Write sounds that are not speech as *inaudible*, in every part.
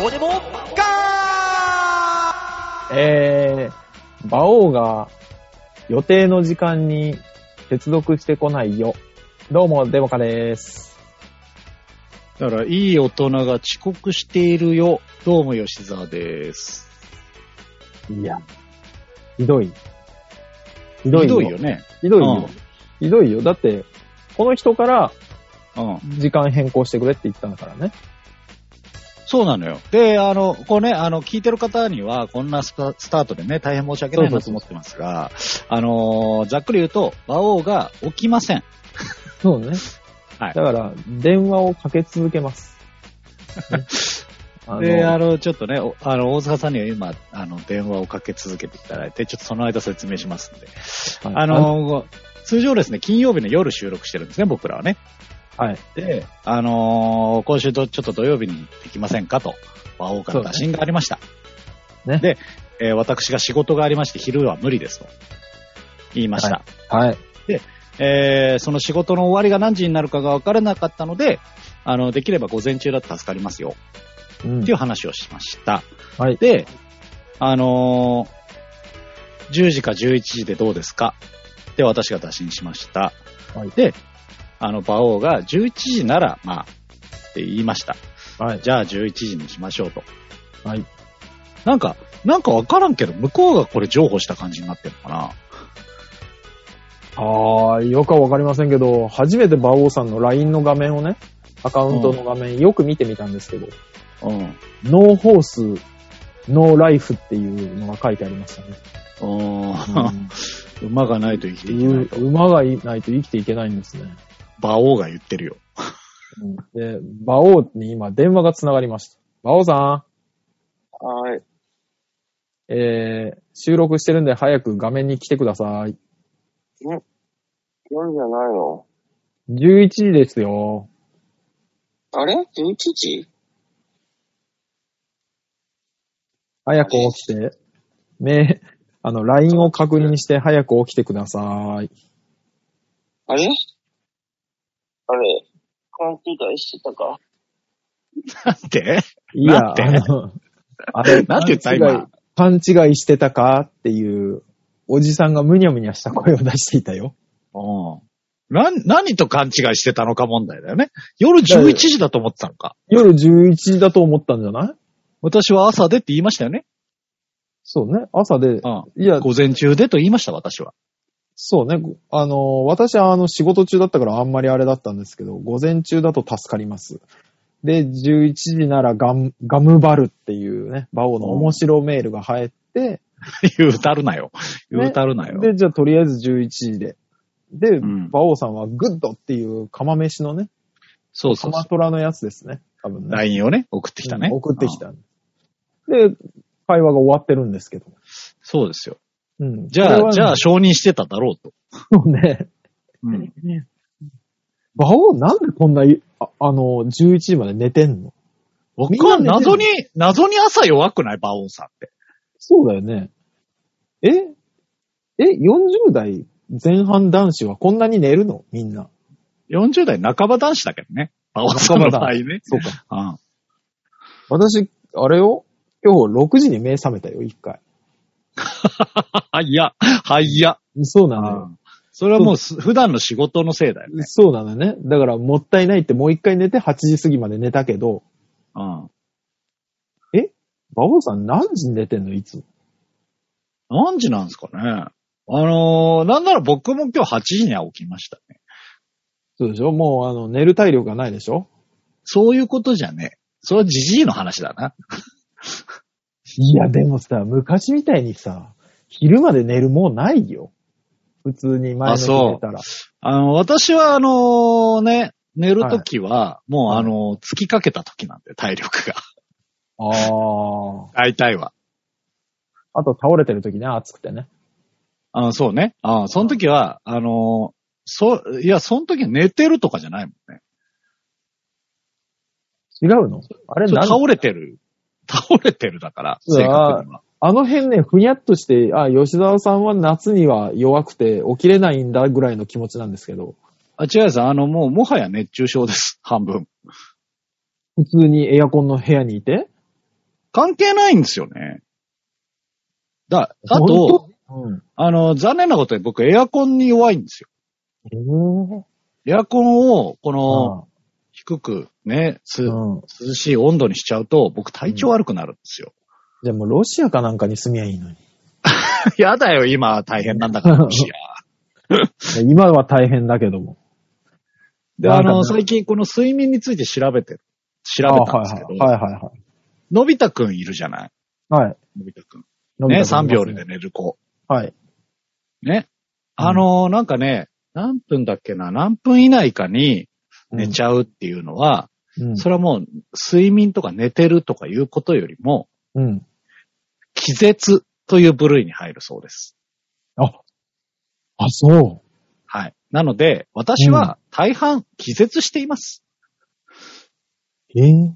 どうでもガえー、馬王が予定の時間に接続してこないよ。どうも、デモカです。だから、いい大人が遅刻しているよ。どうも吉沢です。いや、ひどい。ひひどいよ。どいよね。ひどいうんよ。ひどいよ。だって、この人からうん。時間変更してくれって言ったんだからね。そうなのよ。で、あの、こうね、あの、聞いてる方には、こんなスタスタートでね、大変申し訳ないなと思ってますが、あのーざっくり言うと、馬王が起きません。そうね。はいだから、電話をかけ続け *laughs* ます。ねあで、のあの、ちょっとね、おあの、大塚さんには今、あの、電話をかけ続けていただいて、ちょっとその間説明しますんで。はいあのー通常ですね、金曜日の夜収録してるんですね、僕らはね。はい。で、あのー今週どちょっと土曜日にできませんかと、馬王から打診がありました。ねで、えー私が仕事がありまして、昼は無理ですと言いました。はい。えーその仕事の終わりが何時になるかが分からなかったので、あの、できれば午前中だと助かりますよ、うんっていう話をしました。はい。で、あのー10時か11時でどうですかで、私が打診しました。はいで、あの、馬王が11時なら、まあ、って言いました。はい。じゃあ11時にしましょうと。はい。なんか、なんかわからんけど、向こうがこれ譲歩した感じになってるのかな。あー、よくはわかりませんけど、初めて馬王さんの LINE の画面をね、アカウントの画面、よく見てみたんですけど、うん。ノーホース、ノーライフっていうのが書いてありましたね。うん、馬がないと生きていけないと。う馬がいないと生きていけないんですね。馬王が言ってるよ。 *laughs* うんで、馬王に今電話がつながりました。馬王さはい。ん、えー、収録してるんで早く画面に来てください。夜じゃないの11時ですよ。あれ ?11 時早く起きて。ねあの、LINE を確認して早く起きてください。あれあれ勘違いしてたか。なんでいや、なんてあの、あれ、 *laughs* なんて言った勘違い今。勘違いしてたかっていう、おじさんがむにゃむにゃした声を出していたよ。うん。なん、何と勘違いしてたのか問題だよね。夜11時だと思ってたのか。夜11時だと思ったんじゃない私は朝でって言いましたよね。そうね、朝で。うん。いや、午前中でと言いました、私は。 *laughs* そうね、ごあの、私はあの、仕事中だったからあんまりあれだったんですけど、午前中だと助かります。で、11時ならガム、ガムバルっていうね、バオの面白メールが入って、言うたるなよ。言うたるなよ。で、じゃあとりあえず11時で。で、んバオさんはグッドっていう釜飯のね、そうカそうそマう。トラのやつですね。多分ね。 LINE をね、送ってきたね。うん送ってきた。で、会話が終わってるんですけど。そうですよ。うん。じゃあ、じゃあそ承認してただろうと。れはね、そうね。うん。馬王なんでこんな、ああの、11時まで寝てんのわかんみんな寝てる謎に、謎に朝弱くない馬王さんって。そうだよね。ええ ?40 代前半男子はこんなに寝るのみんな。 40代半ば男子だけどね。馬王さんの場合ね。そうか。うん。 *laughs* 私、あれよ今日6時に目覚めたよ、一回。はいや、はいや。そうなのよ。それはもうす普段の仕事のせいだよね。そうなのね。だから、もったいないってもう一回寝て8時過ぎまで寝たけど、うん。馬王さん何時に寝てんのいつ何時なんですかね。あのーなんなら僕も今日8時には起きましたね。そうでしょもう、あの、寝る体力がないでしょそういうことじゃねえ。それはじじいの話だな。いや、でもさ、昔みたいにさ、昼まで寝るもうないよ。普通に前の日寝たら。あの、私はあのーね、寝るときは、もうあのー、つきかけたときなんで、体力が。ああ。大体は。あと、倒れてる時ね、暑くてね。あのそうね。あその時は、あのーそう、いや、その時は寝てるとかじゃないもんね。違うのあれちょっとなん倒れてる。倒れてるだから、うわ正確には。あの辺ね、ふにゃっとして、あ、吉沢さんは夏には弱くて起きれないんだぐらいの気持ちなんですけど、あ、違うさん、あの、もう、も *laughs* はや熱中症です。半分。普通にエアコンの部屋にいて、関係ないんですよね。だ、あと、本当、うん。あの、残念なことに僕エアコンに弱いんですよ。えーエアコンを、この、あ低くね、すあうん。涼しい温度にしちゃうと、僕体調悪くなるんですよ。じゃあもうロシアかなんかに住みゃいいのに。 *laughs* やだよ、今大変なんだ *laughs* から。いや今は大変だけども。で、あなんかの、ね最近この睡眠について調べてる。調べたんですけど、あはいはいはいのび太くんいるじゃないはい。はい。のび太くん。伸びね、たと思3います秒で。寝る子。はい。ね。あの、なんかね、何分だっけな、何分以内かに寝ちゃうっていうのは、うん。それはもう睡眠とか寝てるとかいうことよりも、うん。気絶という部類に入るそうです。あ、そう。はい。なので、私は大半気絶しています。え *laughs* ー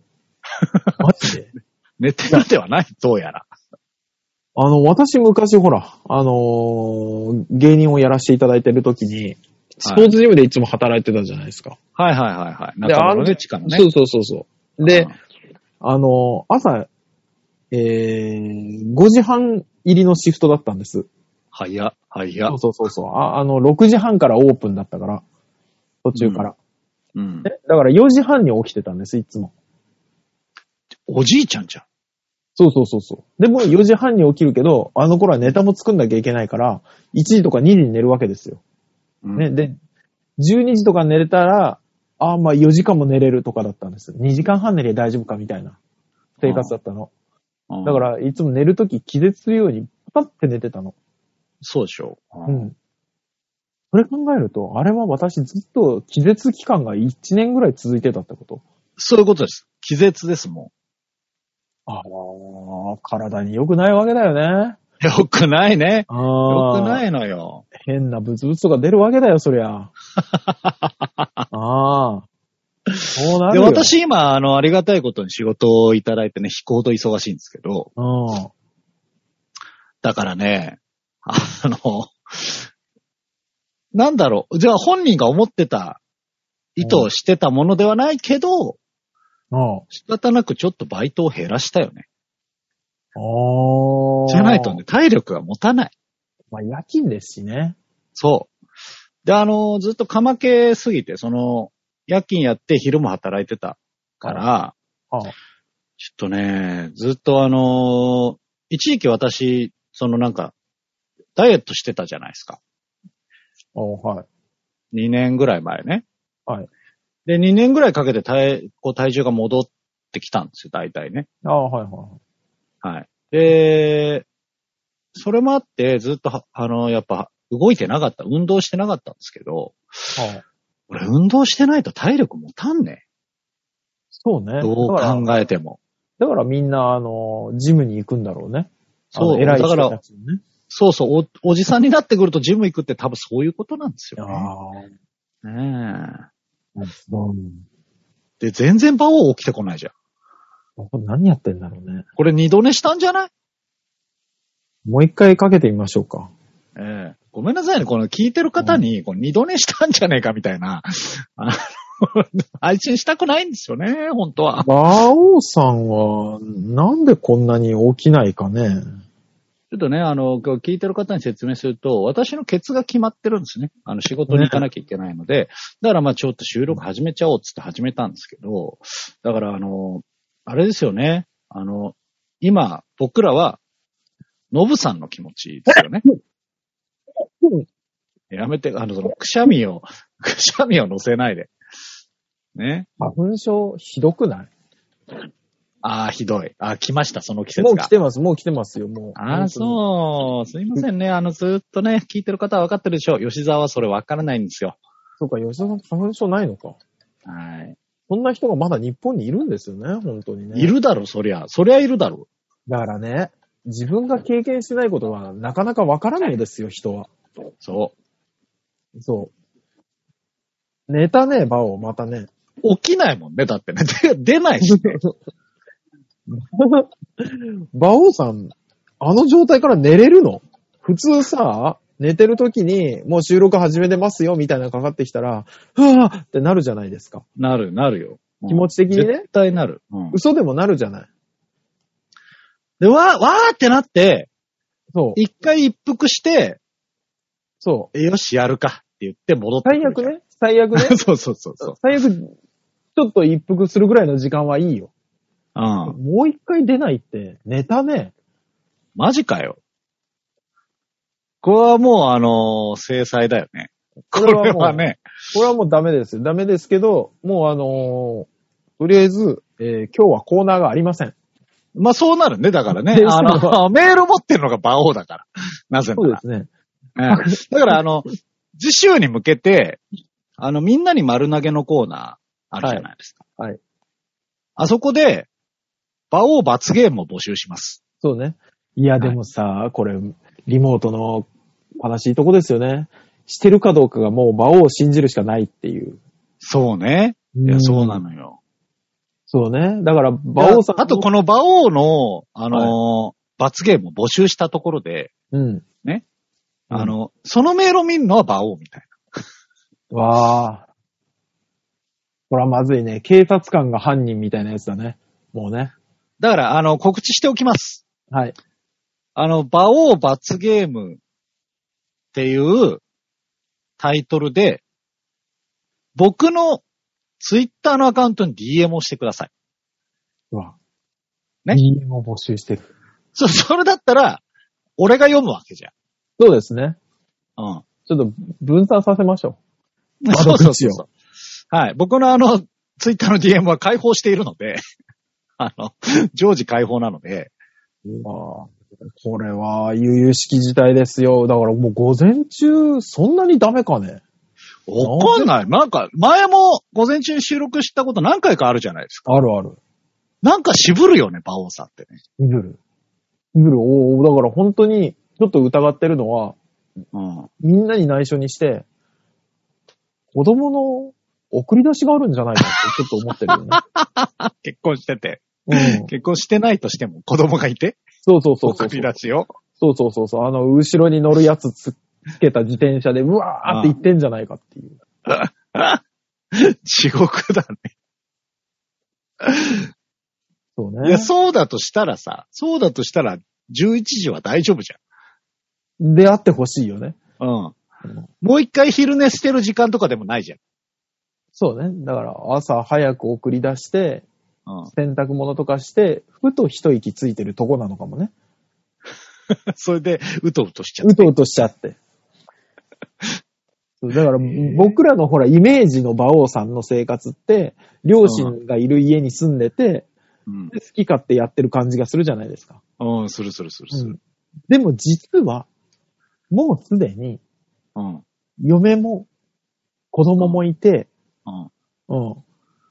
マジで寝てるではない、どうやら。あの、私昔ほら、あのー芸人をやらせていただいてる時に、スポーツジムでいつも働いてたじゃないですか。はいはいはいはい。で中野のあね、の地下のね。そうそうそうそう。でうん、、あのー朝、えー、5時半入りのシフトだったんです。早っ、早そっう。そうそうそうあ。あの、6時半からオープンだったから、途中から。うんねだから4時半に起きてたんです、いつも。おじいちゃんじゃん。そうそうそうそう。でも4時半に起きるけど、あの頃はネタも作んなきゃいけないから、1時とか2時に寝るわけですよ。うんね、で、12時とか寝れたら、ああ、まあ4時間も寝れるとかだったんです。2時間半寝れば大丈夫かみたいな生活だったの。うんだから、いつも寝るとき気絶するようにパタって寝てたの。そうでしょう。う。ん。それ考えると、あれは私ずっと気絶期間が1年ぐらい続いてたってこと。そういうことです。気絶ですもああ、体に良くないわけだよね。ん。 *laughs* よくないね。あよあ。。くないいのよ。変なブツブツとか出るわけだよ、そり *laughs* ゃ。ああ。そうなで、るよ。。私今、あの、ありがたいことに仕事をいただいてね、飛行と忙しいんですけど、うん。だからね、あの、 *laughs* なんだろう。じゃあ本人が思ってた意図してたものではないけど、うん。仕方なくちょっとバイトを減らしたよね。ああ。じゃないとね、。体力が持たない。まあ、夜勤ですしね。そう。で、あの、ずっとかまけすぎて、その、夜勤やって昼も働いてたから、ああちょっとね、ずっとあの、一時期私、そのなんか、ダイエットしてたじゃないですか。あはい。 2年ぐらい前ね。はい。で、2年ぐらいかけて体、こう体重が戻ってきたんですよ、大体ね。あはいははい。で、それもあって、ずっとは、あの、やっぱ、動いてなかった、運動してなかったんですけど、い。はい。俺運動してないと体力持たんね。そうね。どうだから、考えても。だからみんな、あの、ジムに行くんだろうね。あそう、の偉いだか人らた、ちにね。そうそうお、おじさんになってくるとジム行くって多分そういうことなんですよ、ね。ああ。ねうん。えで、全然バオ起きてこないじゃん。ここ何やってんだろうね。これ二度寝したんじゃないもう一回かけてみましょうか。ええごめんなさいね、この聞いてる方に、この二度寝したんじゃねえかみたいな、あの、 *laughs* 配信したくないんですよね、本当は。馬王さんは、なんでこんなに起きないかね。ちょっとね、あの、今日聞いてる方に説明すると、私のケツが決まってるんですね。あの、仕事に行かなきゃいけないので、だからまあちょっと収録始めちゃおうっつって始めたんですけど、だからあの、あれですよね。あの、今、僕らは、ノブさんの気持ちですよね。やめて、あの、その、くしゃみを、 *laughs* くしゃみを乗せないで。ね。花粉症ひどくないああ、ひどい。ああ、来ました、その季節が。もう来てます、もう来てますよ、もう。ああ、そう。すいませんね。あの、ずっとね、聞いてる方は分かってるでしょう。吉沢はそれ分からないんですよ。そうか、吉田さん花粉症ないのか。はい。そんな人がまだ日本にいるんですよね、本当にね。いるだろ、そりゃ。そりゃいるだろ。だからね、自分が経験してないことはなかなかわからないんですよ、人は。そそう。ネタね、場を、またね。う。起きないもんね、だってね。 *laughs* で出ないしね。馬王さん、あの状態から寝れるの普通さ、寝てる時に、もう収録始めてますよ、みたいなのかかってきたら、ふわーってなるじゃないですか。なる、なるよ。うん気持ち的にね絶対なる。うん嘘でもなるじゃない。で、わー、わーってなって、そう。一回一服して、そう。えよし、やるかって言って戻ってくる最悪ね。最悪ね。 *laughs* そうそうそうそう。最悪、ちょっと一服するぐらいの時間はいいよ。うん。もう一回出ないって、ネタね。マジかよ。これはもう、あのー制裁だよね。ここれはもうれはね。これはもうダメですよ。ダメですけど、もうあのーとりあえず、えー今日はコーナーがありません。まあそうなるね。だからね *laughs* で。あの、メール持ってるのが馬王だから。なぜなら。すね。ええ *laughs* だからあの、次週に向けて、あの、みんなに丸投げのコーナーあるじゃないですか。はいはいあそこで、馬王罰ゲームを募集します。そうね。いや、でもさ、これ、リモートの悲しいとこですよね。してるかどうかがもう馬王を信じるしかないっていう。そうね。いや、そうなのよ。そうね。だから、馬王さん。あと、この馬王の、あのー罰ゲームを募集したところで、うん。うんあの、そのメールを見るのは馬王みたいわあ。これはまずいね。警察官が犯人みたいなやつだね。もうね。な。だから、あの、告知しておきます。はい。あの、馬王罰ゲームっていうタイトルで、僕のツイッターのアカウントに DM をしてください。うわ。ね人間を募集してる。そ、それだったら、俺が読むわけじゃそうですね。ん。うん。ちょっと分散させましょそう窓そう口をそうそう。はい。僕のあの、ツイッターの DM は開放しているので、 *laughs* あの、常時開放なので、う。ああ。これは、悠々しき事態ですよ。だからもう午前中、そんなにダメかね。わかんない。なんか、前も午前中に収録したこと何回かあるじゃないですか。あるある。なんか渋るよね、馬王さんってね。いぶる。いぶる。おおだから本当に、ちょっと疑ってるのは、うん。みんなに内緒にして、子供の送り出しがあるんじゃないかってちょっと思ってるよね。結婚してて。うん結婚してないとしても子供がいて、 *laughs* そうそうそうそう送。り出しを。 *laughs* そうそうそうそう。あの、後ろに乗るやつつつけた自転車で、うわーって行ってんじゃないかっていう。地獄だね。そういねや、。そうだとしたらさ、そうだとしたら、11時は大丈夫じであってほしいよね。ゃん。うん。もう一回昼寝してる時間とかでもないじゃん。そうね。だから、朝早く送り出して、うん。洗濯物とかして、ふと一息ついてるとこなのかもね。 *laughs* それで、うとうとしちゃうう。とうとしちゃって。そうだから、僕らのほら、イメージの馬王さんの生活って、両親がいる家に住んでて、うん。で好き勝手やってる感じがするじゃないですか。うん、するするするすうる。んでも実は、もうすでに、うん。嫁も、子供もいて、うん。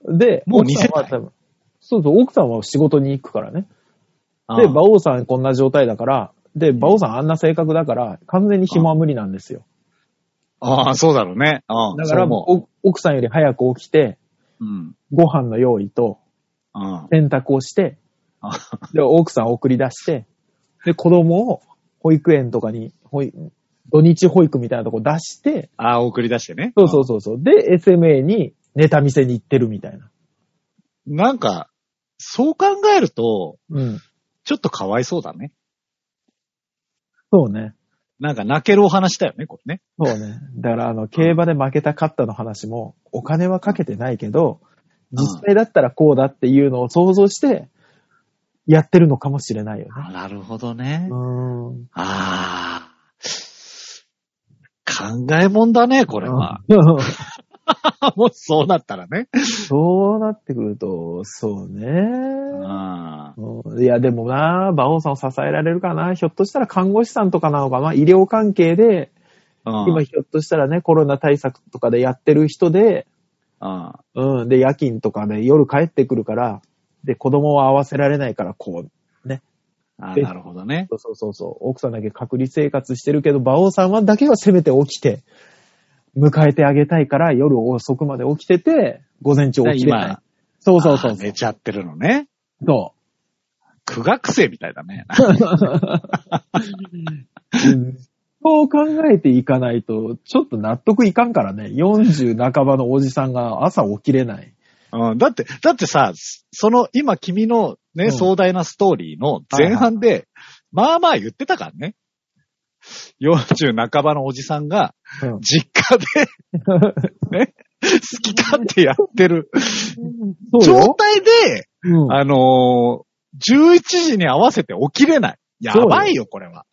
うん。で、もう奥二さ世ん帯は多分、そうそう、奥さんは仕事に行くからね。で、うん馬王さんこんな状態だから、で、馬王さんあんな性格だから、完全に暇は無理なんですよ。ああ、そうだろうね。うん。だから、もお奥さんより早く起きて、う。うん。ご飯の用意と、うん。洗濯をしてあ、で、奥さんを送り出して、で、子供を保育園とかに、保い土日保育みたいなとこ出して、ああ、送り出してね。そうそうそうそう。で、SMA にネタ見せに行ってるみたいな。うん。なんか、そう考えると、うん。ちょっとかわいそうだね。そうね。なんか泣けるお話だよね、これね。そうね。だから、あの、競馬で負けた勝ったの話も、お金はかけてないけど、ん実際だったらこうだっていうのを想像して、やってるのかもしれないよね。あなるほどねう。ーん。ああ。考えもんだね、これは。 *laughs* もうそうなったらね。 *laughs* そうなってくると、そううね。ん。うんいや、でもな、馬王さんを支えられるかな。ひょっとしたら看護師さんとかなのかな。医療関係で、今ひょっとしたらね、コロナ対策とかでやってる人で、うん。うん。で、夜勤とかね、夜帰ってくるから、で、子供は会わせられないから、こう、あーなるほどね。そうそうそうそう、奥さんだけ隔離生活してるけど、馬王さんはだけはせめて起きて、迎えてあげたいから、夜遅くまで起きてて、午前中起きてない今。そうそうそあうーそう寝。ちゃってるのね。そ苦学生みたいだね。 *laughs* うそう考えていかないと、ちょっと納得いかんからね。40半ばのおじさんが朝起きれない。うん、だって、だってさ、その今君のね、うん壮大なストーリーの前半で、まあまあ言ってたからね。40半ばのおじさんが *laughs* うん、実家で、ね、好き勝手やってるそう状よ。態で、うんあのー11時に合わせて起きれない。やばいよ、これは。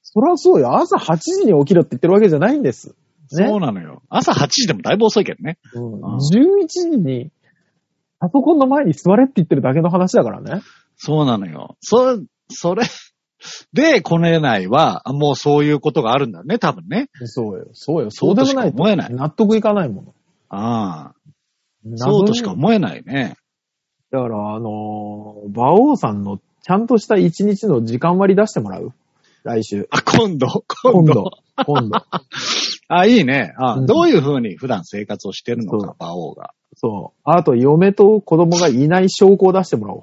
そらそうよ。朝8時に起きろって言ってるわけじゃないんです。ねそうなのよ。朝8時でもだいぶ遅いけどね。うん、ああ11時に、パソコンの前に座れって言ってるだけの話だからね。そうなのよ。そ、それ、で、こねないは、もうそういうことがあるんだね、多分ね。そうよ。そうよ。そうでもないそうとしか思えない。納得いかないもああ。の。そうとしか謎に思えないね。だから、あのー馬王さんのちゃんとした一日の時間割り出してもらう来週。あ、今度、今今度。度。今度。あ、いいね。あ、うんどういうふうに普段生活をしてるのそかう、馬王が。そう。あと、嫁と子供がいない証拠を出してもらおう。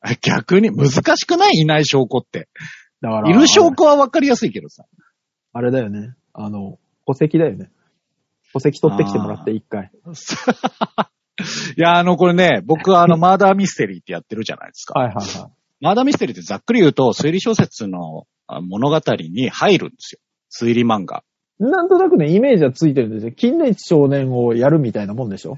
あ逆に難しくないいない証拠って。だから。いる証拠はわかりやすいけどさ。あれだよね。あの、戸籍だよね。戸籍取ってきてもらって、一回。いや、あの、これね、僕はあ *laughs* の、マーダーミステリーってやってるじゃないですか。はいはいはマーダーミステリーってざっくり言うと、推理小説のあ物語に入るんですよ。推理漫画。い。なんとなくね、イメージはついてるんですよ。近年少年をやるみたいなもんでしょ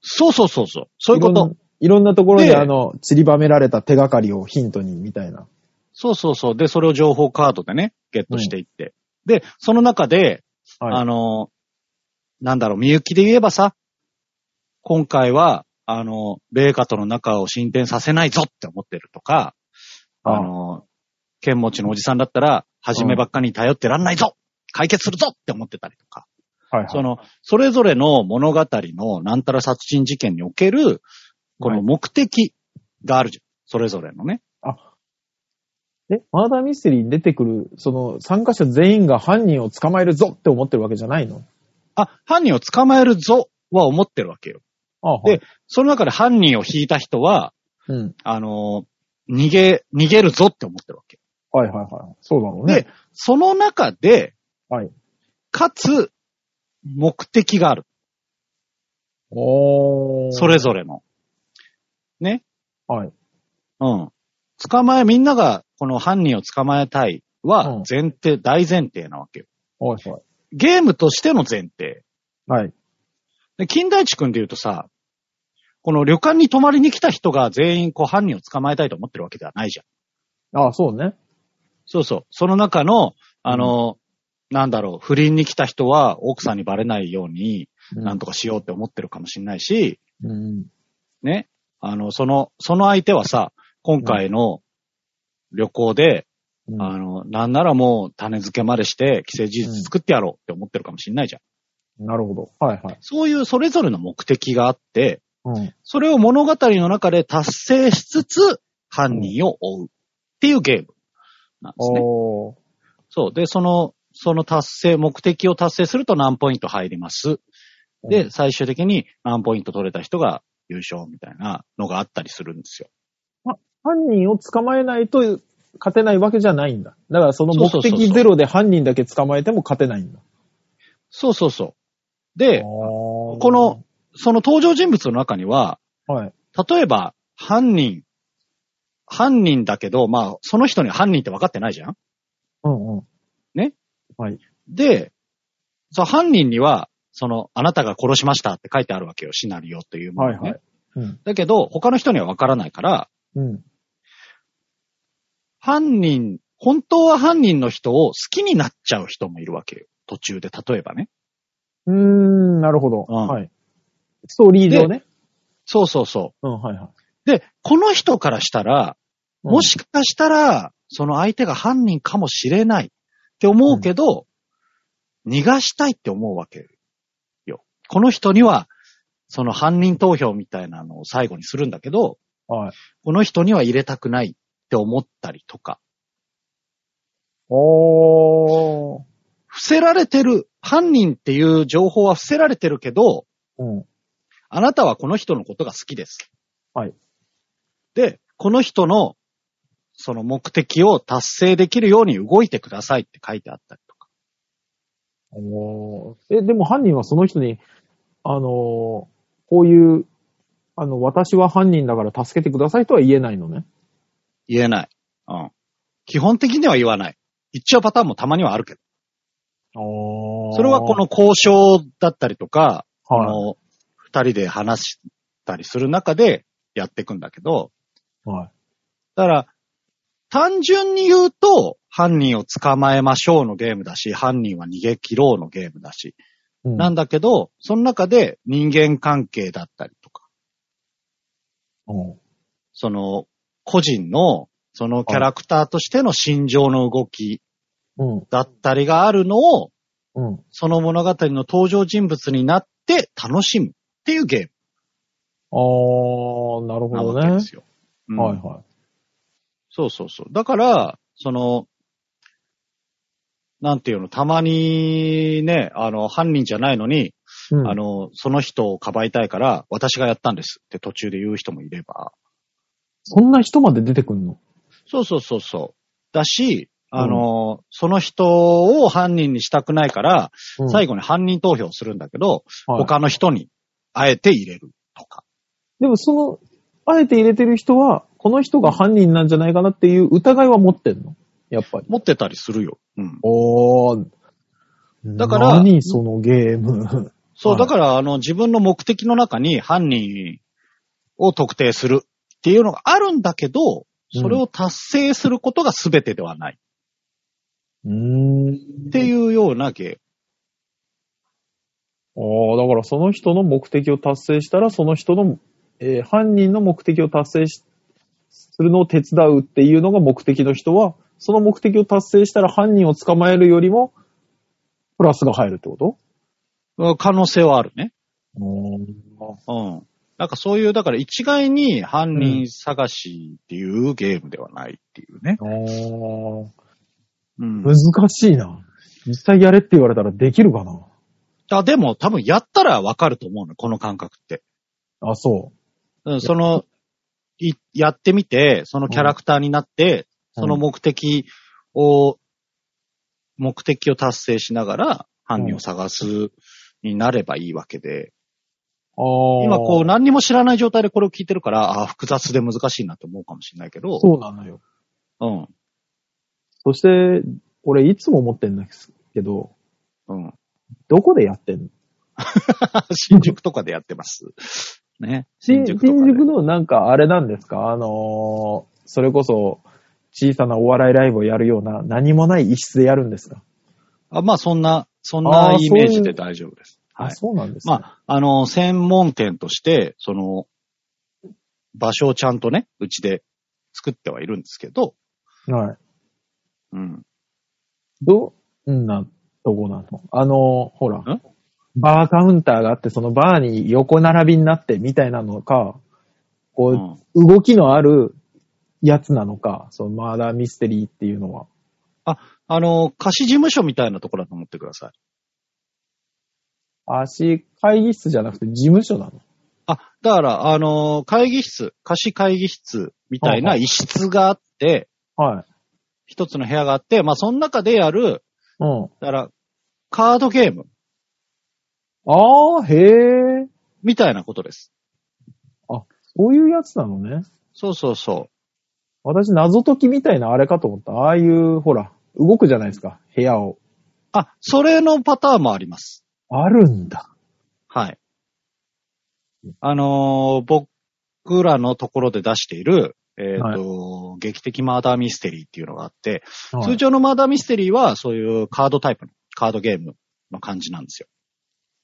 そうそうそうそう。そういうころんと。いろんなところでで、あの、散りばめられた手がかりをヒントに、みたいな。そうそうそう。で、それを情報カードでね、ゲットしていって。で、その中で、はあい。の、なんだろう、みゆきで言えばさ、今回は、あの、レイカとの仲を進展させないぞって思ってるとか、あああの、剣持ちのおじさんだったら、初めばっかに頼ってらんないぞ解決するぞって思ってたりとか、はいその、それぞれの物語のなんたら殺人事件における、この目的があるじゃん。それぞれのね。え、マーダーミステリーに出てくる、その、参加者全員が犯人を捕まえるぞって思ってるわけじゃないのあ、犯人を捕まえるぞは思ってるわけよ。ああで、その中で犯人を引いた人は、うん。あのー逃げ、逃げるぞって思ってるわけ。はいはいはい。そうだろうねで。その中で、はい。かつ、目的がある。おー。それぞれの。ね。はい。うん。捕まえ、みんながこの犯人を捕まえたいうはん前提、大前提なわけよ。はいはい。ゲームとしての前提。はい。で、金田一君で言うとさ、この旅館に泊まりに来た人が全員こう犯人を捕まえたいと思ってるわけではないじゃん。ああ、そうね。そうそう。その中の、あの、なんだろう、不倫に来た人は奥さんにバレないように、うんなんとかしようって思ってるかもしれないし、うん。ね。あの、その、その相手はさ、今回の旅行で、うんあの、なんならもう種付けまでして、既成事実作ってやろうって思ってるかもしれないじゃん。なるほど。はいはい。そういうそれぞれの目的があって、うん。それを物語の中で達成しつつ、犯人を追うっていうゲームなんですね。おー。そう。で、その、その達成、目的を達成すると何ポイント入ります。うで、最終的に何ポイント取れた人が優勝みたいなのがあったりするんですよ。犯人を捕まえないと勝てないわけじゃないんだ。だからそのそ目うそうそうそ的うゼロで犯人だけ捕まえても勝てないんだ。そうそうそう。で、ここの、その登場人物の中には、はい。例えば犯人、犯人だけど、まあ、その人には犯人って分かってないじゃんうんうん。で、そう、犯人には、その、あなたが殺しましたって書いてあるわけよ、シナリオっていうものはにいね。はい。うん。だけど、他の人には分からないから、うん。犯人、本当は犯人の人を好きになっちゃう人もいるわけよ。途中で、例えばね。うーん、なるほど。うんはい。ストーリー上ね。そうそうそうん、はいはい。う。で、この人からしたら、うんもしかしたら、その相手が犯人かもしれないって思うけど、逃がしたいって思うわけよ。この人には、その犯人投票みたいなのを最後にするんだけど、はい。この人には入れたくないって思ったりとか、おー。伏せられてる、犯人っていう情報は伏せられてるけど、うん。あなたはこの人のことが好きです。はい。で、この人の、その目的を達成できるように動いてくださいって書いてあったりとか。おー。え、でも犯人はその人に、あのーこういう、あの、私は犯人だから助けてくださいとは言えないのね。言えない。うん。基本的には言わない。一応パターンもたまにはあるけど。そそれはこ、の交渉だったりとか、こはの二人で話したりする中でやっていくんだけど、い。はい。だから、単純に言うと、犯人を捕まえましょうのゲームだし、犯人は逃げ切ろうのゲームだし、うんなんだけど、その中で人間関係だったりとか、うんその個人の、そのキャラクターとしての心情の動きうん。だったりがあるのを、うん。その物語の登場人物になって楽しむっていうゲあー、なるームなほどわけねで。すよ。うんはいはい。そうそうそう。だから、その、なんていうの、たまにね、あの、犯人じゃないのに、うんあの、その人をかばいたいから、私がやったんですって途中で言う人もいれば。そんな人まで出てくんのそうそうそうそう。だし、あの、その人を犯人にしたくないから、最後に犯人投票するんだけど、後他の人に、あえて入れるとか。でもその、あえて入れてる人は、この人が犯人なんじゃないかなっていう疑いは持ってんのやっぱり。持ってたりするよ。うん。おー。だから何そのゲーム。 *laughs* そう、はいだから、あの、自分の目的の中に犯人を特定するっていうのがあるんだけど、それを達成することが全てではない。うーん。っていうようなゲああ、だからその人の目的を達成したら、その人の、えー犯人の目的を達成し、するのを手伝うっていうのが目的の人は、その目的を達成したら犯人を捕まえるよりも、プラスが入るってことーム。可能性はあるね。あうん。なんかそういう、だから一概に犯人探しっていうゲームではないっていうね。あー。うん。難しいな。実際やれって言われたらできるかなあでも多分やったらわかると思うの、この感覚って。あ、そうん、その、いやってみて、そのキャラクターになって、うんその目的を、目的を達成しながら犯人を探すになればいいわけで、う。ああ。今こうな、何にも知らない状態でこれを聞いてるから、ああ、複雑で難しいなと思うかもしれないけど、そうなのよ。うん、そして、俺いつも思ってんですけど、うん。 *laughs* どこでやってんの新宿とかでやってます。ね。新宿とかで新宿のなんかあれなんですかあのーそれこそ小さなお笑いライブをやるような何もない一室でやるんですか、あまあそんな、そんあなあイメージで大丈夫です。はあ、い。そうなんですか、まあ、あの、専門店として、その、場所をちゃんとね、うちで作ってはいるんですけど、はい。うん。どんなとこなのあのーほらん、バーカウンターがあって、そのバーに横並びになってみたいなのか、こう、うん動きのあるやつなのか、そのマーダーミステリーっていうのは。あの、貸し事務所みたいなところだと思ってください。足、会議室じゃなくて事務所なの。あ、だから、あの、会議室、貸し会議室みたいな一室があって、はい。一つの部屋があって、まあ、その中でやる、うん。だから、カードゲームああ、へえ。みたいなことです。そういうやつなのね。そうそうそ私、謎解きみたいなあれかと思った。ああいう、ほら、動くじゃないですか。部屋を。う。あ、それのパターンもあります。あるんだ。はい。あのー僕らのところで出している、えっ、と、劇的マーダーミステリーっていうのがあって、はい通常のマーダーミステリーはそういうカードタイプの、カードゲームの感じなんですよ。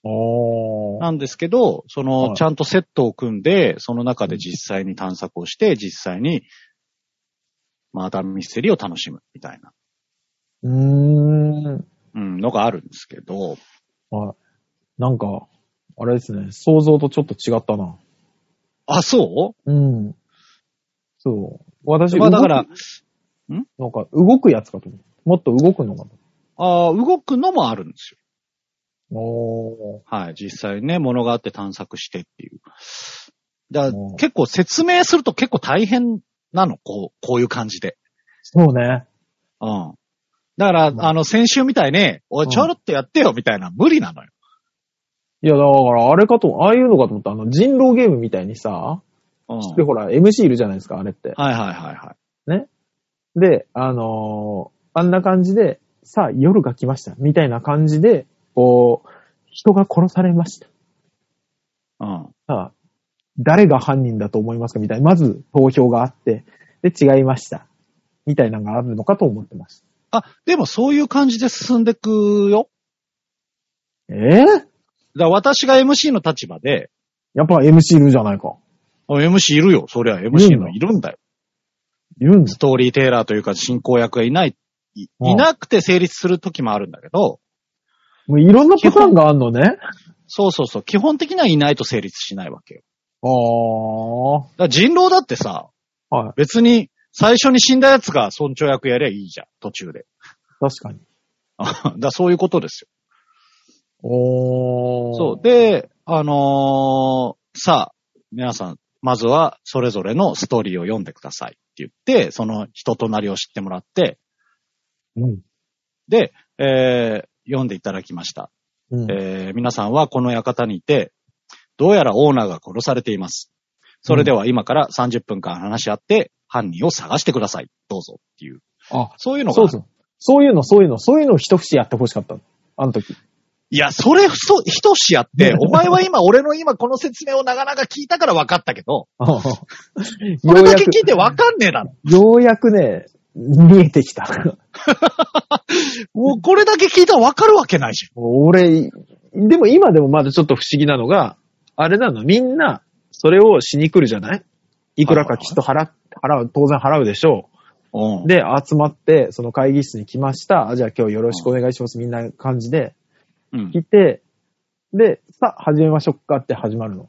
おー。なんですけど、その、はいちゃんとセットを組んで、その中で実際に探索をして、実際にマーダーミステリーを楽しむみたいな、うーん。うん、のがあるんですけど、はい。なんか、あれですね。想像とちょっと違ったな。あ、そううん。そう。私、まあだから、なんか、動くやつかと思った。もっと動くのかと。あー動くのもあるんですよおー。はい、実際ね、物があって探索してっていう。だからうん結構説明すると結構大変なの、こう、こういう感じで。そうね。うん。だから、うんあの、先週みたいに、おうい、んちょろっとやってよ、みたいな、無理なのよ。いや、だから、あれかと思、ああいうのかと思った。あの、人狼ゲームみたいにさ、うんで、ほら、MC いるじゃないですか、あれって。はいはいはいはい。で、あのーあんな感じで、さあ、夜が来ました。みたいな感じで、こう、人が殺されました。うん。さあ、誰が犯人だと思いますかみたいな。まず、投票があって、で、違いました。みたいなのがあるのかと思ってました。あ、でもそういう感じで進んでくよ。ええだから私が MC の立場で、やっぱ MC いるじゃないか。あ MC いるよ。そりゃ MC のいいるんだよ。いるんですストーリーテーラーというか進行役がいない、いうんいなくて成立する時もあるんだけど、もういろんなパターンがあるのね。そうそうそう。基本的にはいないと成立しないわけよ。ああ。はだから人狼だってさ、い。別に最初に死んだやつが村長役やりゃいいじゃん。途中で。 *laughs* 確かに。あだからそういうことですよ。おー。そう。で、あのーさあ、皆さん、まずはそれぞれのストーリーを読んでくださいって言って、その人となりを知ってもらって、うん。で、えー読んでいただきました。うん。えー皆さんはこの館にいて、どうやらオーナーが殺されています。それでは今から30分間話し合って、犯人を探してください。どうぞっていう。あ、そういうのが。そうそう。そういうの、そういうの、そういうのを一節やってほしかった。あの時。いや、それ、そ、一しや *laughs* って、お前は今、俺の今この説明をなかなか聞いたから分かったけど、よこれうだやけく、聞いて分かんねえだろ。ようやくね、見えてきた。もうこれだけ聞いたら分かるわけないじ俺、でも今でもまだちょっと不思議なのが、あれなの、みんな、それをしに来るじゃないいくらかきっと払っ、払う、当然払うでしょゃん。う。で、集まって、その会議室に来ました。あじゃあ今日よろしくお願いします。みんな感じで、うん。来て、で、さあ、始めましょうかって始まるの。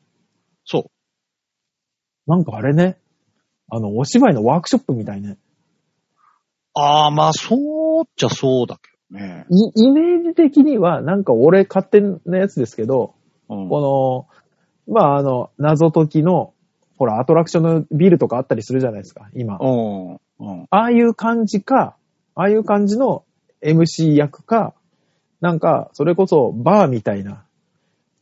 そう。なんかあれね、あの、お芝居のワークショップみたいね。ああ、まあ、そうっちゃそうだけどね。いイメージ的には、なんか俺勝手なやつですけど、うん。この、まあ、あの、謎解きの、ほら、アトラクションのビルとかあったりするじゃないですか、今。あうん。うん。あいう感じか、ああいう感じの MC 役か、なんか、それこそバーみたいな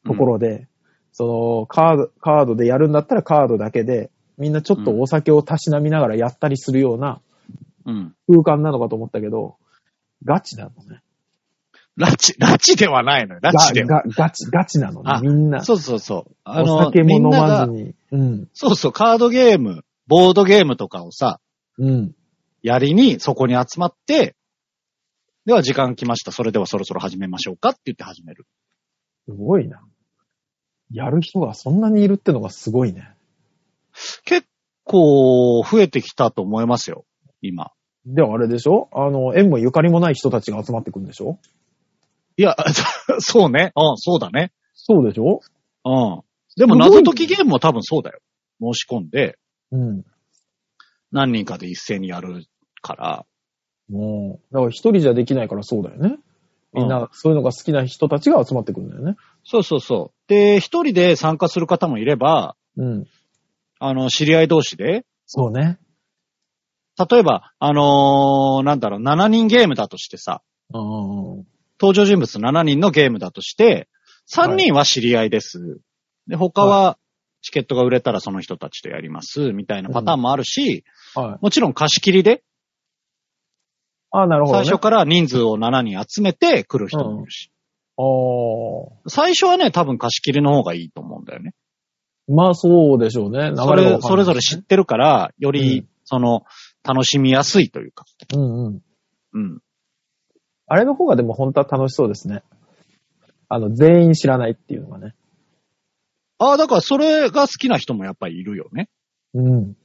ところで、その、カード、カードでやるんだったらカードだけで、みんなちょっとお酒をたしなみながらやったりするようなうん。空間なのかと思ったけど、ガチなのね。拉致、拉致ではないのよ。拉致では。ガガガチ、ガチなのねあ。みんな。そうそうそう。あの、お酒も飲まずみんながに。うん。そうそう、カードゲーム、ボードゲームとかをさ、うん。やりに、そこに集まって、では時間来ました。それではそろそろ始めましょうかって言って始める。すごいな。やる人がそんなにいるってのがすごいね。結構、増えてきたと思いますよ。今。で、あれでしょあの、縁もゆかりもない人たちが集まってくるんでしょいや、 *laughs* そうね。うん、そうだね。そうでしょうん。でもすごい謎解きゲームも多分そうだよ。申し込んで、うん。何人かで一斉にやるから。もう、だから一人じゃできないからそうだよね。みんうな、そういうのが好きな人たちが集まってくるんだよね。そうそうそう。で、一人で参加する方もいれば、うん。あの、知り合い同士で、そうね。例えば、あのーなんだろう、7人ゲームだとしてさ、うん。登場人物7人のゲームだとして、3人は知り合いです。で、他は、チケットが売れたらその人たちとやります、みたいなパターンもあるし、はい。もちろん貸し切りで、あなるほど、最ね。初から人数を7人集めて来る人もいるし。あ最初はね、多分貸し切りの方がいいと思うんだよね。あ。まあ、そうでしょうね。流れがそれ、それぞれし知ってるから、より、うんその、楽しみやすいというか。うんうん。うん。あれの方がでも本当は楽しそうですね。あの、全員知らないっていうのがね。ああ、だからそれが好きな人もやっぱりいるよね。うん。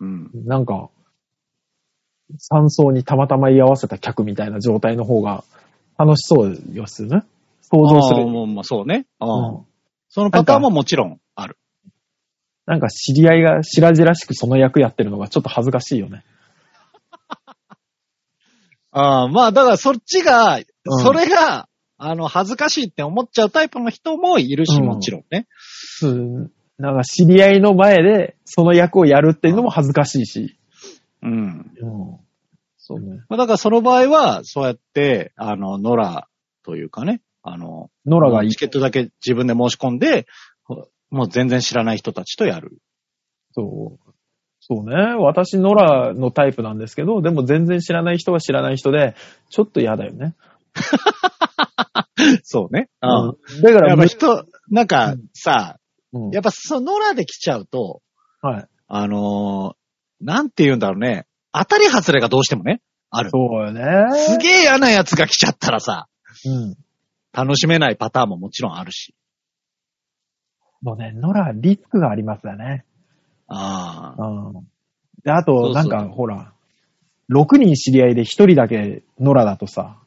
うん。なんか、山荘にたまたま居合わせた客みたいな状態の方が楽しそうですよね。想像すあある。もうまあ、そうね。ああうんそのパターンももちろんある。なんか知り合いが白々しくその役やってるのがちょっと恥ずかしいよね。ああ、まあ、だからそっちが、うんそれが、あの、恥ずかしいって思っちゃうタイプの人もいるし、うんもちろんね。うんなんか知り合いの前でその役をやるっていうのも恥ずかしいし。うん。うん。そうね。まあ、だからその場合は、そうやって、あの、野良というかね、あの、ノラがいいチ。ケットだけ自分で申し込んで、もう全然知らない人たちと *laughs* やる。そう。そうね。私、ノラのタイプなんですけど、でも全然知らない人は知らない人で、ちょっと嫌だよね。そうね。うん。うんだから、やっぱ人、なんかさ、うんやっぱそのノラで来ちゃうと、はい。あのーなんて言うんだろうね。当たり外れがどうしてもね、ある。そうよね。すげえ嫌な奴が来ちゃったらさ、うん。楽しめないパターンももちろんあるし。もうね、ノラ、リスクがありますよね。ああ。うん。で、あそうそと、うなんか、ほら、6人知り合いで1人だけノラだとさ、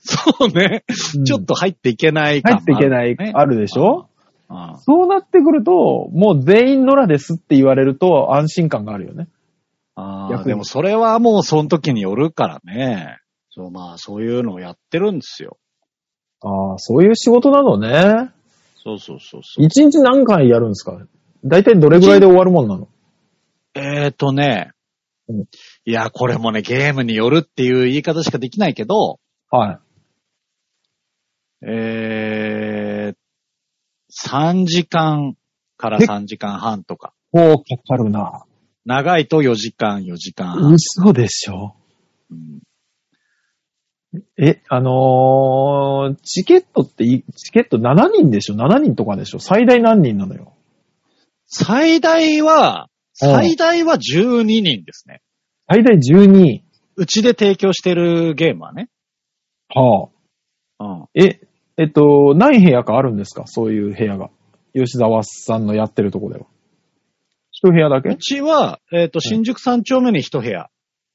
そうね。うんちょっと入っていけない入感っていもあけるない、ねあるでしょああそうなってくると、もう全員ノラですって言われると安心感があるよね。あ逆あ、にでもそれはもうその時によるからね。そう、まあそういうのをやってるんですよ。ああ、そういう仕事なのね。そうそうそうそう。一日何回やるんですか大体どれぐらいで終わるもんなのえーとねうん。いや、これもね、ゲームによるっていう言い方しかできないけど、はい。えー、3時間からえ3時間半とか。おう、かかるな。長いと4時間、4時間半。嘘でしょうんえ、あのー、チケットってい、チケット7人でしょ ?7 人とかでしょ最大何人なのよ。最大は、うん最大は12人ですね。最大12。うちで提供してるゲームはね。はあ。うん。え、えっと、何部屋かあるんですかそういう部屋が。吉沢さんのやってるとこでは。一部屋だうけちは、えっ、と、新宿三丁目に一部屋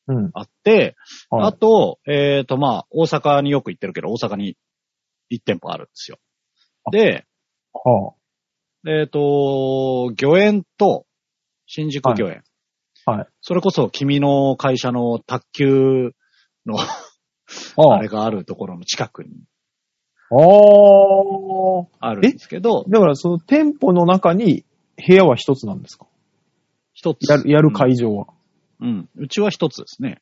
うん。あって、はいあと、えっ、と、まあ、大阪によく行ってるけど、大阪に一店舗あるんですよ。で、はえっ、と、御苑と、新宿御苑。あ。はい。それこそ、君の会社の卓球の、ああれがあるところの近くにあー。あるんですけど、だからその店舗の中に部屋は一つなんですか一つ。やる、やる会場は。うん、うん。うちは一つですね。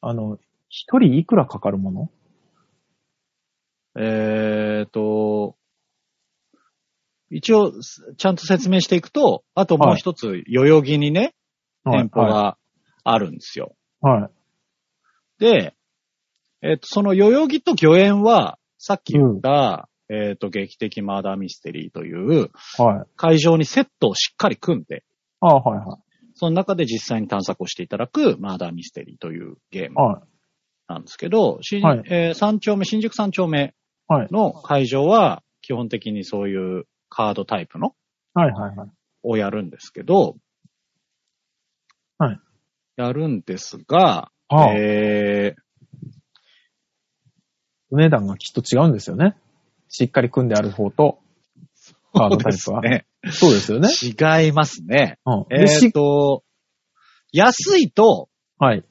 あの、一人いくらかかるものえっ、と、一応、すちゃんと説明していくと、あともう一つ、代々木にね、店舗はいがあるんですよ。はで、えっ、と、その代々木と御苑は、さっき言った、えっ、と、劇的マーダーミステリーというい。はい。会場にセットをしっかり組んで、ああ、はいはその中で実際に探索をしていただくマーダーミステリーというゲーい。ムはい。なんですけど、新はいえー三丁目、新宿三丁目はいの会場は、基本的にそういうカードタイプのはいはいはい。をやるんですけど、はい。やるんですが、ああ、えーお値段がきっと違うんですよね。しっかり組んである方と、カードタイプは。そうですよね。ね、違いますね。うん。えで、しっ、と、安いと、はい。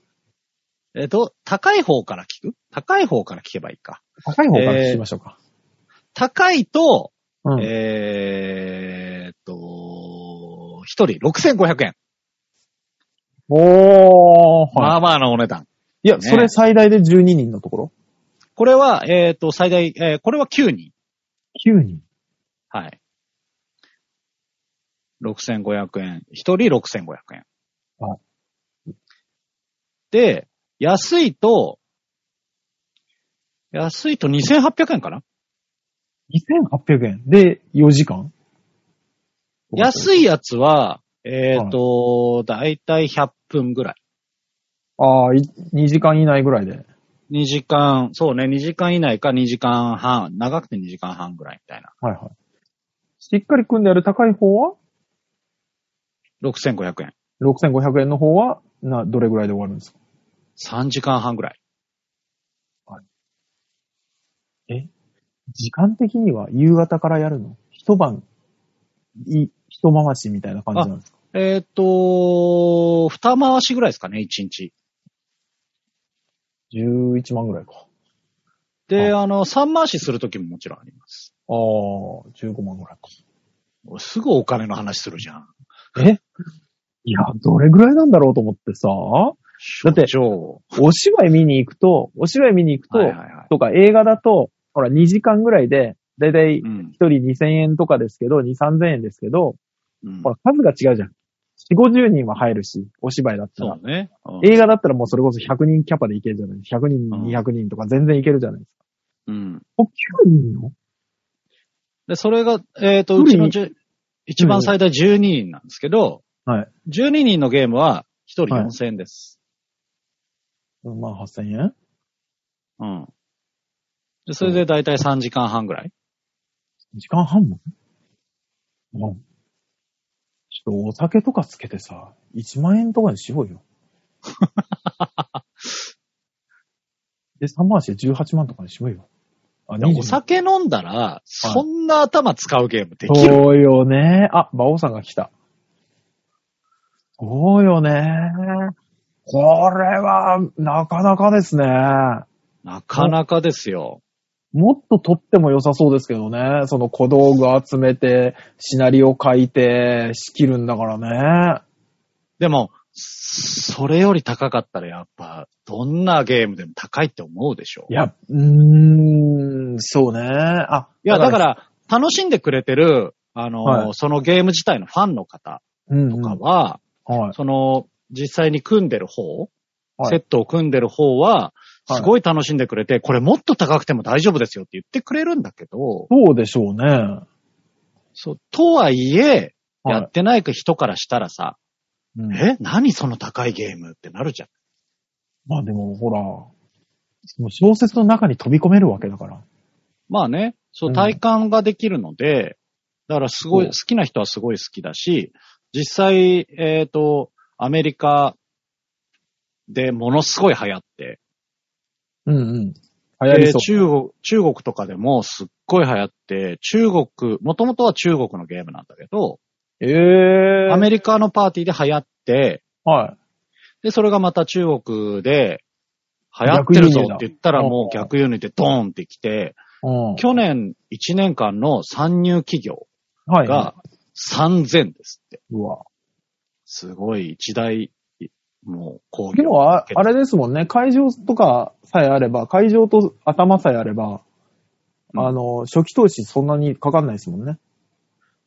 えっ、と、高い方から聞く高い方から聞けばいいか。高い方から聞きましょうか。高いと、うん。えーっと、一人6500円。おー、はい。まあまあのお値段。いや、ねそれ最大で12人のところこれは、えーっと、最大、えーこれは9人。 ?9 人。はい。6500円。一人6500円。はで、安いと、安いと2800円かな2800円。で、4時間い。安いやつは、えーっと、だいたい100分ぐらい。ああ、い2時間以内ぐらいで。 2時間、そうね、2時間以内か2時間半、長くて2時間半ぐらいみたいな。はいはい。しっかり組んである高い方は6500円。 ?6500 円の方は、な、どれぐらいで終わるんですか3時間半ぐらい。時間的には夕方からやるの一晩、い、一回しみたいな感じなんですかえーっと、二回しぐらいですかね、1日。 ?11 万ぐらいか。で、あの、三回しするときももちろんあります。ああ、15万ぐらいか。おすぐお金の話するじゃん。いや、どれぐらいなんだろうと思ってさ、だって所長お芝居見に行くと、お芝居見に行くと、はいはいはい。とか映画だと、ほら、2時間ぐらいで、だいたいうん。 1人2000円とかですけど、2、3000円ですけど、うんほら、数が違うじゃん。4、50人は入るし、お芝居だったらそ。うね。うん映画だったらもうそれこそ100人キャパでいけるじゃない100人、200人とか全然いけるじゃないですか。うん。お、9人よで、それが、えっ、と、一人うちのじゅ一番最大12人なんですけど、はい。 12人のゲームは1人はい4000円です。まあ8000円うん。で、それで大体3時間半ぐらい。時間半もうん。ちょっとお酒とかつけてさ、1万円とかにしよ *laughs* うよ。で、3万して18万とかにしようよ。あ、でお酒飲んだら、そんな頭使うゲームできる、そうよね。あ、馬王さんが来た。そうよね。これは、なかなかですね。なかなかですよ。もっと撮っても良さそうですけどね。その小道具集めて、シナリオ書いて、仕切るんだからね。でも、それより高かったらやっぱ、どんなゲームでも高いって思うでしょ。いや、うーん、そうね。あ、いや、だか、ら、楽しんでくれてる、あの、はいそのゲーム自体のファンの方うん、とうんかは、はい。その、実際に組んでる方、はいセットを組んでる方は、はいすごい楽しんでくれて、これもっと高くても大丈夫ですよって言ってくれるんだけど、そうでしょうね。はそう、とはいえ、いやってない人からしたらさ、うんえ何その高いゲームってなるじゃん。まあでも、ほら、もう小説の中に飛び込めるわけだから。まあね、そうう、ん体感ができるので、だからすごい、そう好きな人はすごい好きだし、実際、えっ、と、アメリカでものすごい流行って、うんうん。流行りでそう。中国、中国とかでもすっごい流行って、中国、もともとは中国のゲームなんだけど、ええアメリカのパーティーで流行って、はで、それがまた中国で流行って逆輸るぞ入だって言ったらもう逆輸入でドーンってきて、い。うん。去年1年間の参入企業はい。が3000ですって。うわ。すごい一大、もう工で業。もあ、あれですもんね。会場とかさえあれば、会場と頭さえあれば、うんあの、初期投資そんなにかかんないですもんね。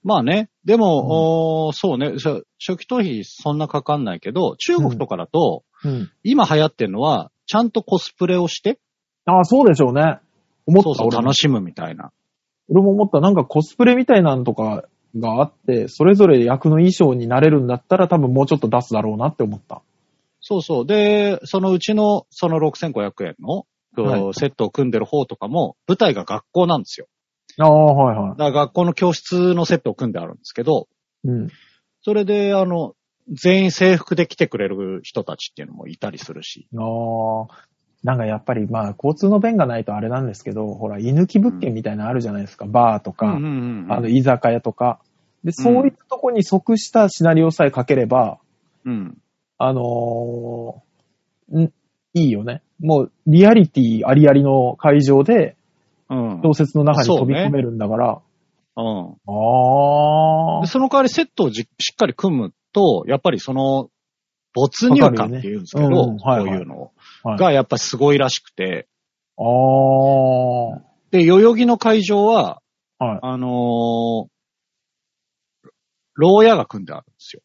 まあね、でも、おーそうね、初初期投費そんなかかんないけど、中国とかだと、うん。今流行ってるのは、ちゃんとコスプレをして、ああ、そうでしょうね。思ったそうそう俺も楽しむみたいな。俺も思った。なんかコスプレみたいなんとかがあって、それぞれ役の衣装になれるんだったら多分もうちょっと出すだろうなって思った。そうそう。で、そのうちの、その6500円の、こうはセットを組んでる方とかも、舞台が学校なんですよ。ああ、はいはだから学校の教室のセットを組んであるんですけど、い。うん。それで、あの、全員制服で来てくれる人たちっていうのもいたりするし。ああ。なんかやっぱりまあ交通の便がないとあれなんですけど、ほら、居抜き物件みたいなのあるじゃないですか。バーとか、んあの、居酒屋とか。で、そういったとこに即したシナリオさえ書ければ、うん。あのーん、いいよね。もう、リアリティありありの会場で、うん。小説の中に飛び込めるんだから。うん。あで、その代わりセットをじしっかり組むと、やっぱりその、没入感っていうんですけど、わかるよねうんはいこうはいいうのはいがやっぱすごいらしくて、あ。あで、代々木の会場は、あ。はい。あのー牢屋が組んであるんですよ。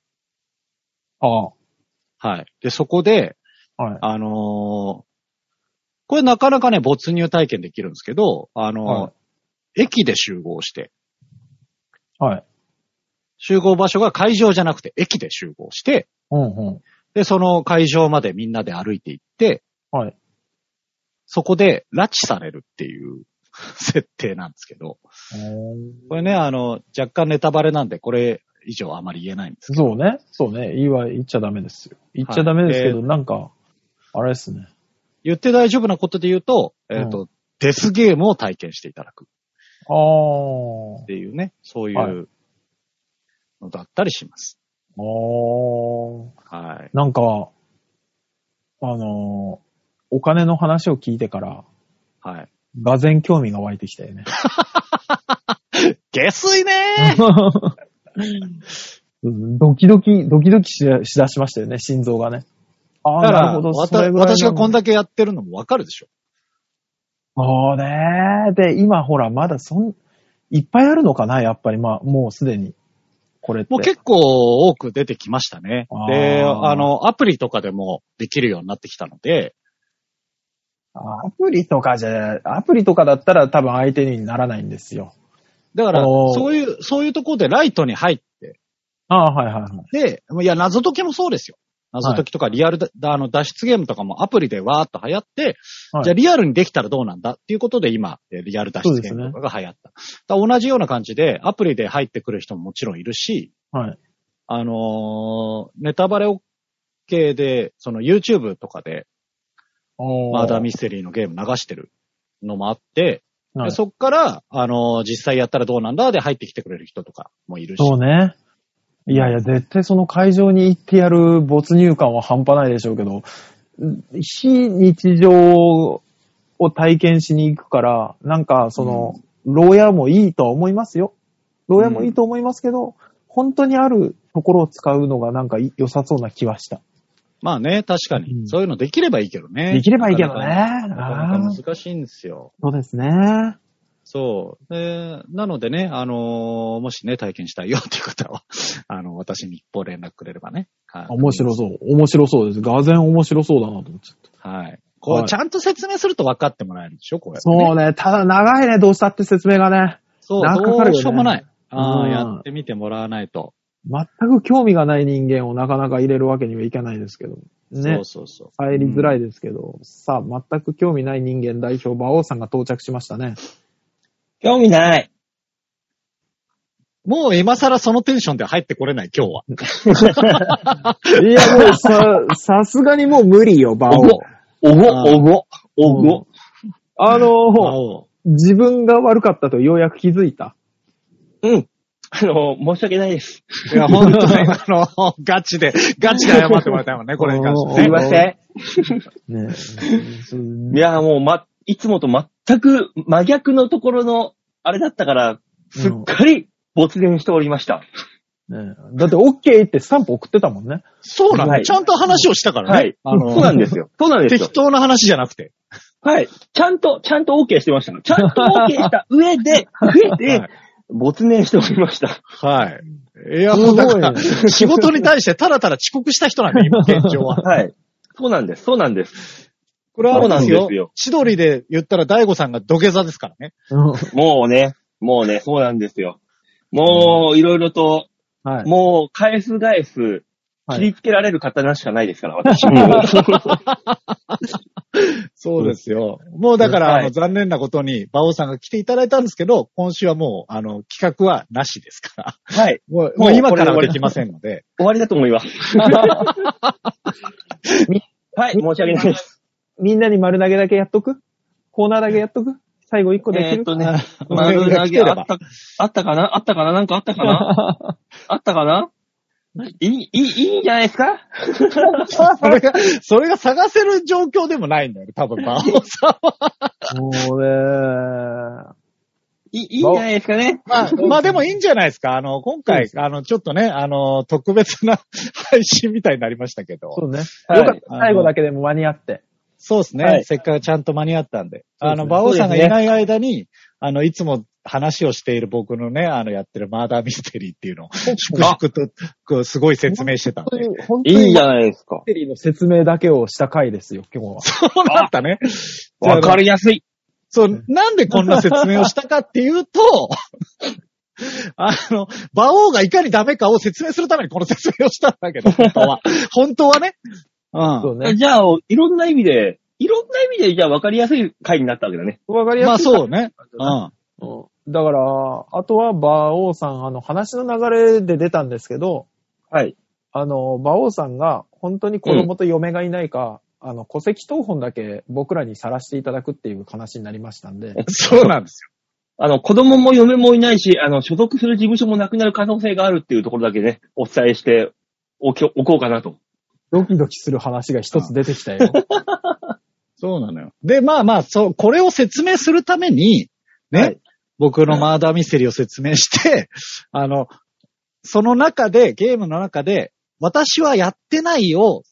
ああ。はい。で、そこで、はい。あのーこれなかなかね、没入体験できるんですけど、あのーは駅で集合して、はい。集合場所が会場じゃなくて駅で集合して、うんうん。で、その会場までみんなで歩いて行って、はい。そこで拉致されるっていう *laughs* 設定なんですけど、これね、あの、若干ネタバレなんで、これ以上あまり言えないんですけど、そうね。そうね。言いは言っちゃダメですよ。言っちゃダメですけど、はなんか、あれですね。言って大丈夫なことで言うと、えっ、と、デスゲームを体験していただくああ。っていうね、そういはうのだったりします。ああ。はい。なんか、あのーお金の話を聞いてから、はい。がぜん興味が湧いてきたよね。下水ねうん *laughs* ドキドキ、ドキドキししだしましたよね、心臓がね。あだ *laughs* あ、なかるら、ほど。わそれたぐらい私がこんなだけやってるのもわかるでしょ。そうね。で、今ほら、まだそん、いっぱいあるのかなやっぱり、まあ、もうすでに。これって。もう結構多く出てきましたね。で、あーあの、アプリとかでもできるようになってきたので、アプリとかじゃ、アプリとかだったら多分相手にならないんですよ。だから、おーそういう、そういうところでライトに入って、ああ、はいはいはい。で、いや、謎解きもそうですよ。謎解きとかリアルだ、あの、脱出ゲームとかもアプリでわーっと流行って、はいじゃあリアルにできたらどうなんだっていうことで今、えーリアル脱出ゲームとかが流行った。だから同じような感じで、アプリで入ってくる人ももちろんいるし、はい。あのーネタバレ OK で、その YouTube とかで、おマーダーミスステリーのゲーム流してるのもあって、はでいそっから、あのー実際やったらどうなんだで入ってきてくれる人とかもいるし。そうね。いやいや、絶対その会場に行ってやる没入感は半端ないでしょうけど、ん非日常を体験しに行くから、なんかその、牢屋もいいとは思いますよ。牢屋もいいと思いますけど、本当にあるところを使うのがなんかい良さそうな気はした。まあね、確かに、うんそういうのできればいいけどね。できればいいけどね。なあかなかあー難しいんですよ。そうですね。そう。でなのでね、あのーもしね、体験したいよっていう方は、 *laughs* あの、私に一方連絡くれればね。はい面白そう。面白そうです。がぜん面白そうだなと思っちゃった。はい。こはう、いちゃんと説明すると分かってもらえるでしょ、こうやってね、そうね。ただ長いね、どうしたって説明がね。そう、なんかかかるよねどうしようもない。ああ、うんやってみてもらわないと。全く興味がない人間をなかなか入れるわけにはいかないですけど。ねそう。そうそう。入りづらいですけど、さあ、全く興味ない人間代表、馬王さんが到着しましたね。興味ない。もう今更そのテンションでは入ってこれない、今日は。いや、もうさ、さすがにもう無理よ、馬王。おごあー、おご、おうんご。あ魔の、王自分が悪かったとようやく気づいた。うん。あの、申し訳ないです。いや、本当に、 *laughs* あの、ガチで、ガチで謝ってもらいたいもんね、これに関しすていね。ませねん。いや、もう、ま、いつもと全く真逆のところの、あれだったから、すっかり没入しておりました。ねだって OK ってスタンプ送ってたもんね。そうなの、はいちゃんと話をしたからね。はい。あのそうなんですよ。 *laughs* そうなんですよ適。当な話じゃなくて。はい。ちゃんと、ちゃんと OK してました。ちゃんと OK *laughs* した上で、上はでい、没入しておりました。はい。いや、すもごういだねから、仕事に対してただただ遅刻した人なんで、今、現状は。はい。そうなんです。そうなんです。これはあれそうなんですよ千鳥で言ったら大悟さんが土下座ですからね。うんもうね、もうね、そうなんですよ。もう、いろいろと、はい。もう、返す返す、はい切りつけられる刀しかないですから、私も。そうですよ。もうだから、はいあの、残念なことに、馬王さんが来ていただいたんですけど、今週はもう、あの、企画はなしですから。はい。もう、ももうう今からこはれできませんので。終わりだと思います。はい、申し訳ないです。みんなに丸投げだけやっとくコーナーだけやっとく最後一個できるえーっと *laughs* ね、メール丸が投来てげれあっばた、あったかなあったかななんかあったかなあったかないい、いい、いいんじゃないですかそれが、それが探せる状況でもないんだよね、多分、馬王さんは。もうね、いい、いいんじゃないですかねまあ、まあでもいいんじゃないですか。あの、今回、あの、ちょっとね、あの、特別な配信みたいになりましたけど。そうね。はいよかった。最後だけでも間に合って。そうですね、はいせっかくちゃんと間に合ったんで。あそうですの、ね馬王さんがそうですいねない間に、あの、いつも話をしている僕のね、あの、やってるマーダーミステリーっていうのを、粛々と、こう、すごい説明してたんで。本当いいにじバゃないですかッ。テリーの説明だけをした回ですよ、今日は。そうなったね。わかる。りやすい。そう、なんでこんな説明をしたかっていうと、 *laughs* あの、馬王がいかにダメかを説明するためにこの説明をしたんだけど、本当は。本当はね。うん。そうね。じゃあ、いろんな意味で、いろんな意味で、じゃあ分かりやすい回になったわけだね。 *laughs* わかりまやあすい。そうね。うん。うんだから、あとは、馬王さん、あの、話の流れで出たんですけど、はい。あの、馬王さんが、本当に子供と嫁がいないか、あの、戸籍謄本だけ僕らにさらしていただくっていう話になりましたんで、そうなんですあの、子供も嫁もいないし、あの、所属する事務所もなくなる可能性があるっていうところだけね、お伝えしておきおこうかなと。ドキドキする話が一つ出てきたよ。そうなのよ。で、まあまあ、そう、これを説明するために、ね、はい僕のマーダーミステリーを説明して、 *laughs* あの、その中で、ゲームの中で、私はやってないを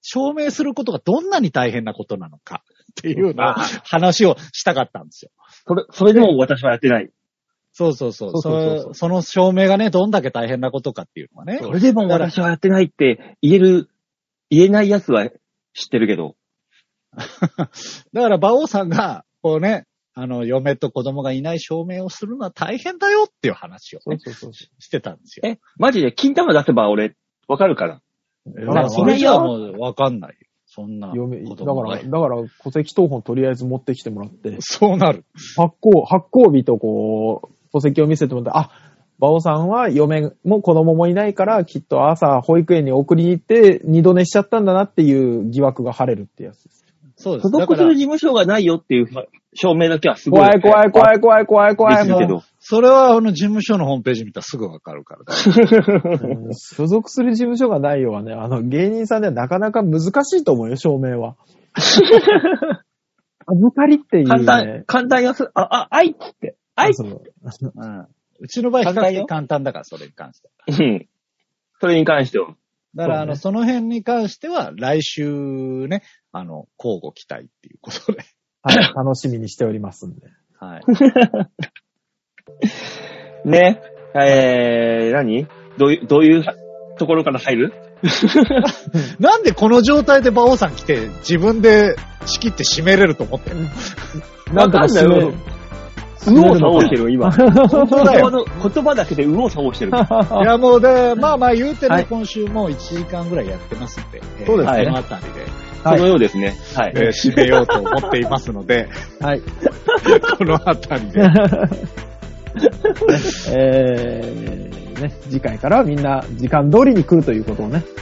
証明することがどんなに大変なことなのか。っていうような話をしたかったんですよ。それ、それでも私はやってない。そうそうそう。そうそうそうそうそその証明がね、どんだけ大変なことかっていうのはね。それでも私はやってないって言える、言えない奴は知ってるけど。だから、馬王さんが、こうね、あの、嫁と子供がいない証明をするのは大変だよっていう話をね、 *laughs* そうそうそしてたんですよ。え、マジで金玉出せば俺、わかるから。う。だから、それじゃもうわかんないよ。そんな子嫁だか供がら、だ。から戸籍謄本とりあえず持ってきてもらって、そうなる。発行、発行日とこう、戸籍を見せてもらって、あ、馬王さんは嫁も子供もいないから、きっと朝保育園に送りに行って、二度寝しちゃったんだなっていう疑惑が晴れるってやつです。そうで所す。だ属かすらる事、務所がないよっていう証明だけはすごい。怖い怖い怖い怖い怖い怖い。ですけど。それは、あの、事務所のホームページ見たらすぐわかるから。うん所属する事務所がないようはね、あの、芸人さんではなかなか難しいと思うよ、証明 *laughs* は。預かりっていう、ね。簡単、簡単やす、あ、あ、あいっつって。あいっつっそのうん。うちの場合、比較簡単よ的簡単だから、それに関して。てうん。それに関しては。だから、そうねあの、その辺に関しては、来週ね、あの、交互期待っていうことで。はい楽しみにしておりますんで。はい。ね。えー、何どういう、どういうところから入る *laughs* なんでこの状態で馬王さん来て、自分で仕切って締めれると思ってんのなんとか締める。右往左往してる、今。本当だ言葉よ。の言葉だけで右往左往してる。いや、もうで、まあまあ言うてね、はい今週もう1時間ぐらいやってますんで、えーそうですねこのあたりで、そのようですね。はい。えー締めようと思っていますので、 *laughs* はい。このあたりで。 *laughs* えー、ね、次回からはみんな時間通りに来るということをね。 *laughs*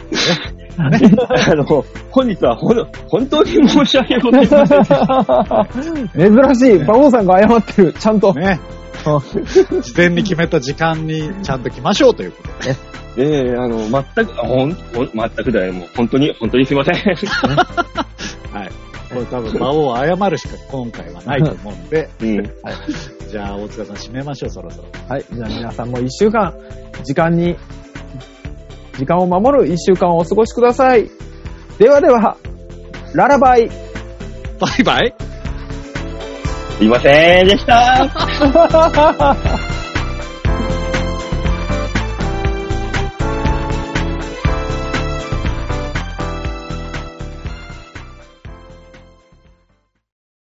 あの、本日はほん、本当に申し訳ございません。珍しい、馬王さんが謝ってる、ちゃんと。ね。事前に決めた時間にちゃんと来ましょうということで。 *laughs* ええあの、全く、ほん、ほん、全くだよ。もう本当に、本当にすいま *laughs* せん。はい。これ多分、魔王を謝るしか今回はないと思うんで、うん。じゃあ大塚さん締めましょう、そろそろ。はい。じゃあ皆さんも一週間、時間に、時間を守る一週間をお過ごしください。ではでは、ララバイ。バイバイすいませんでした。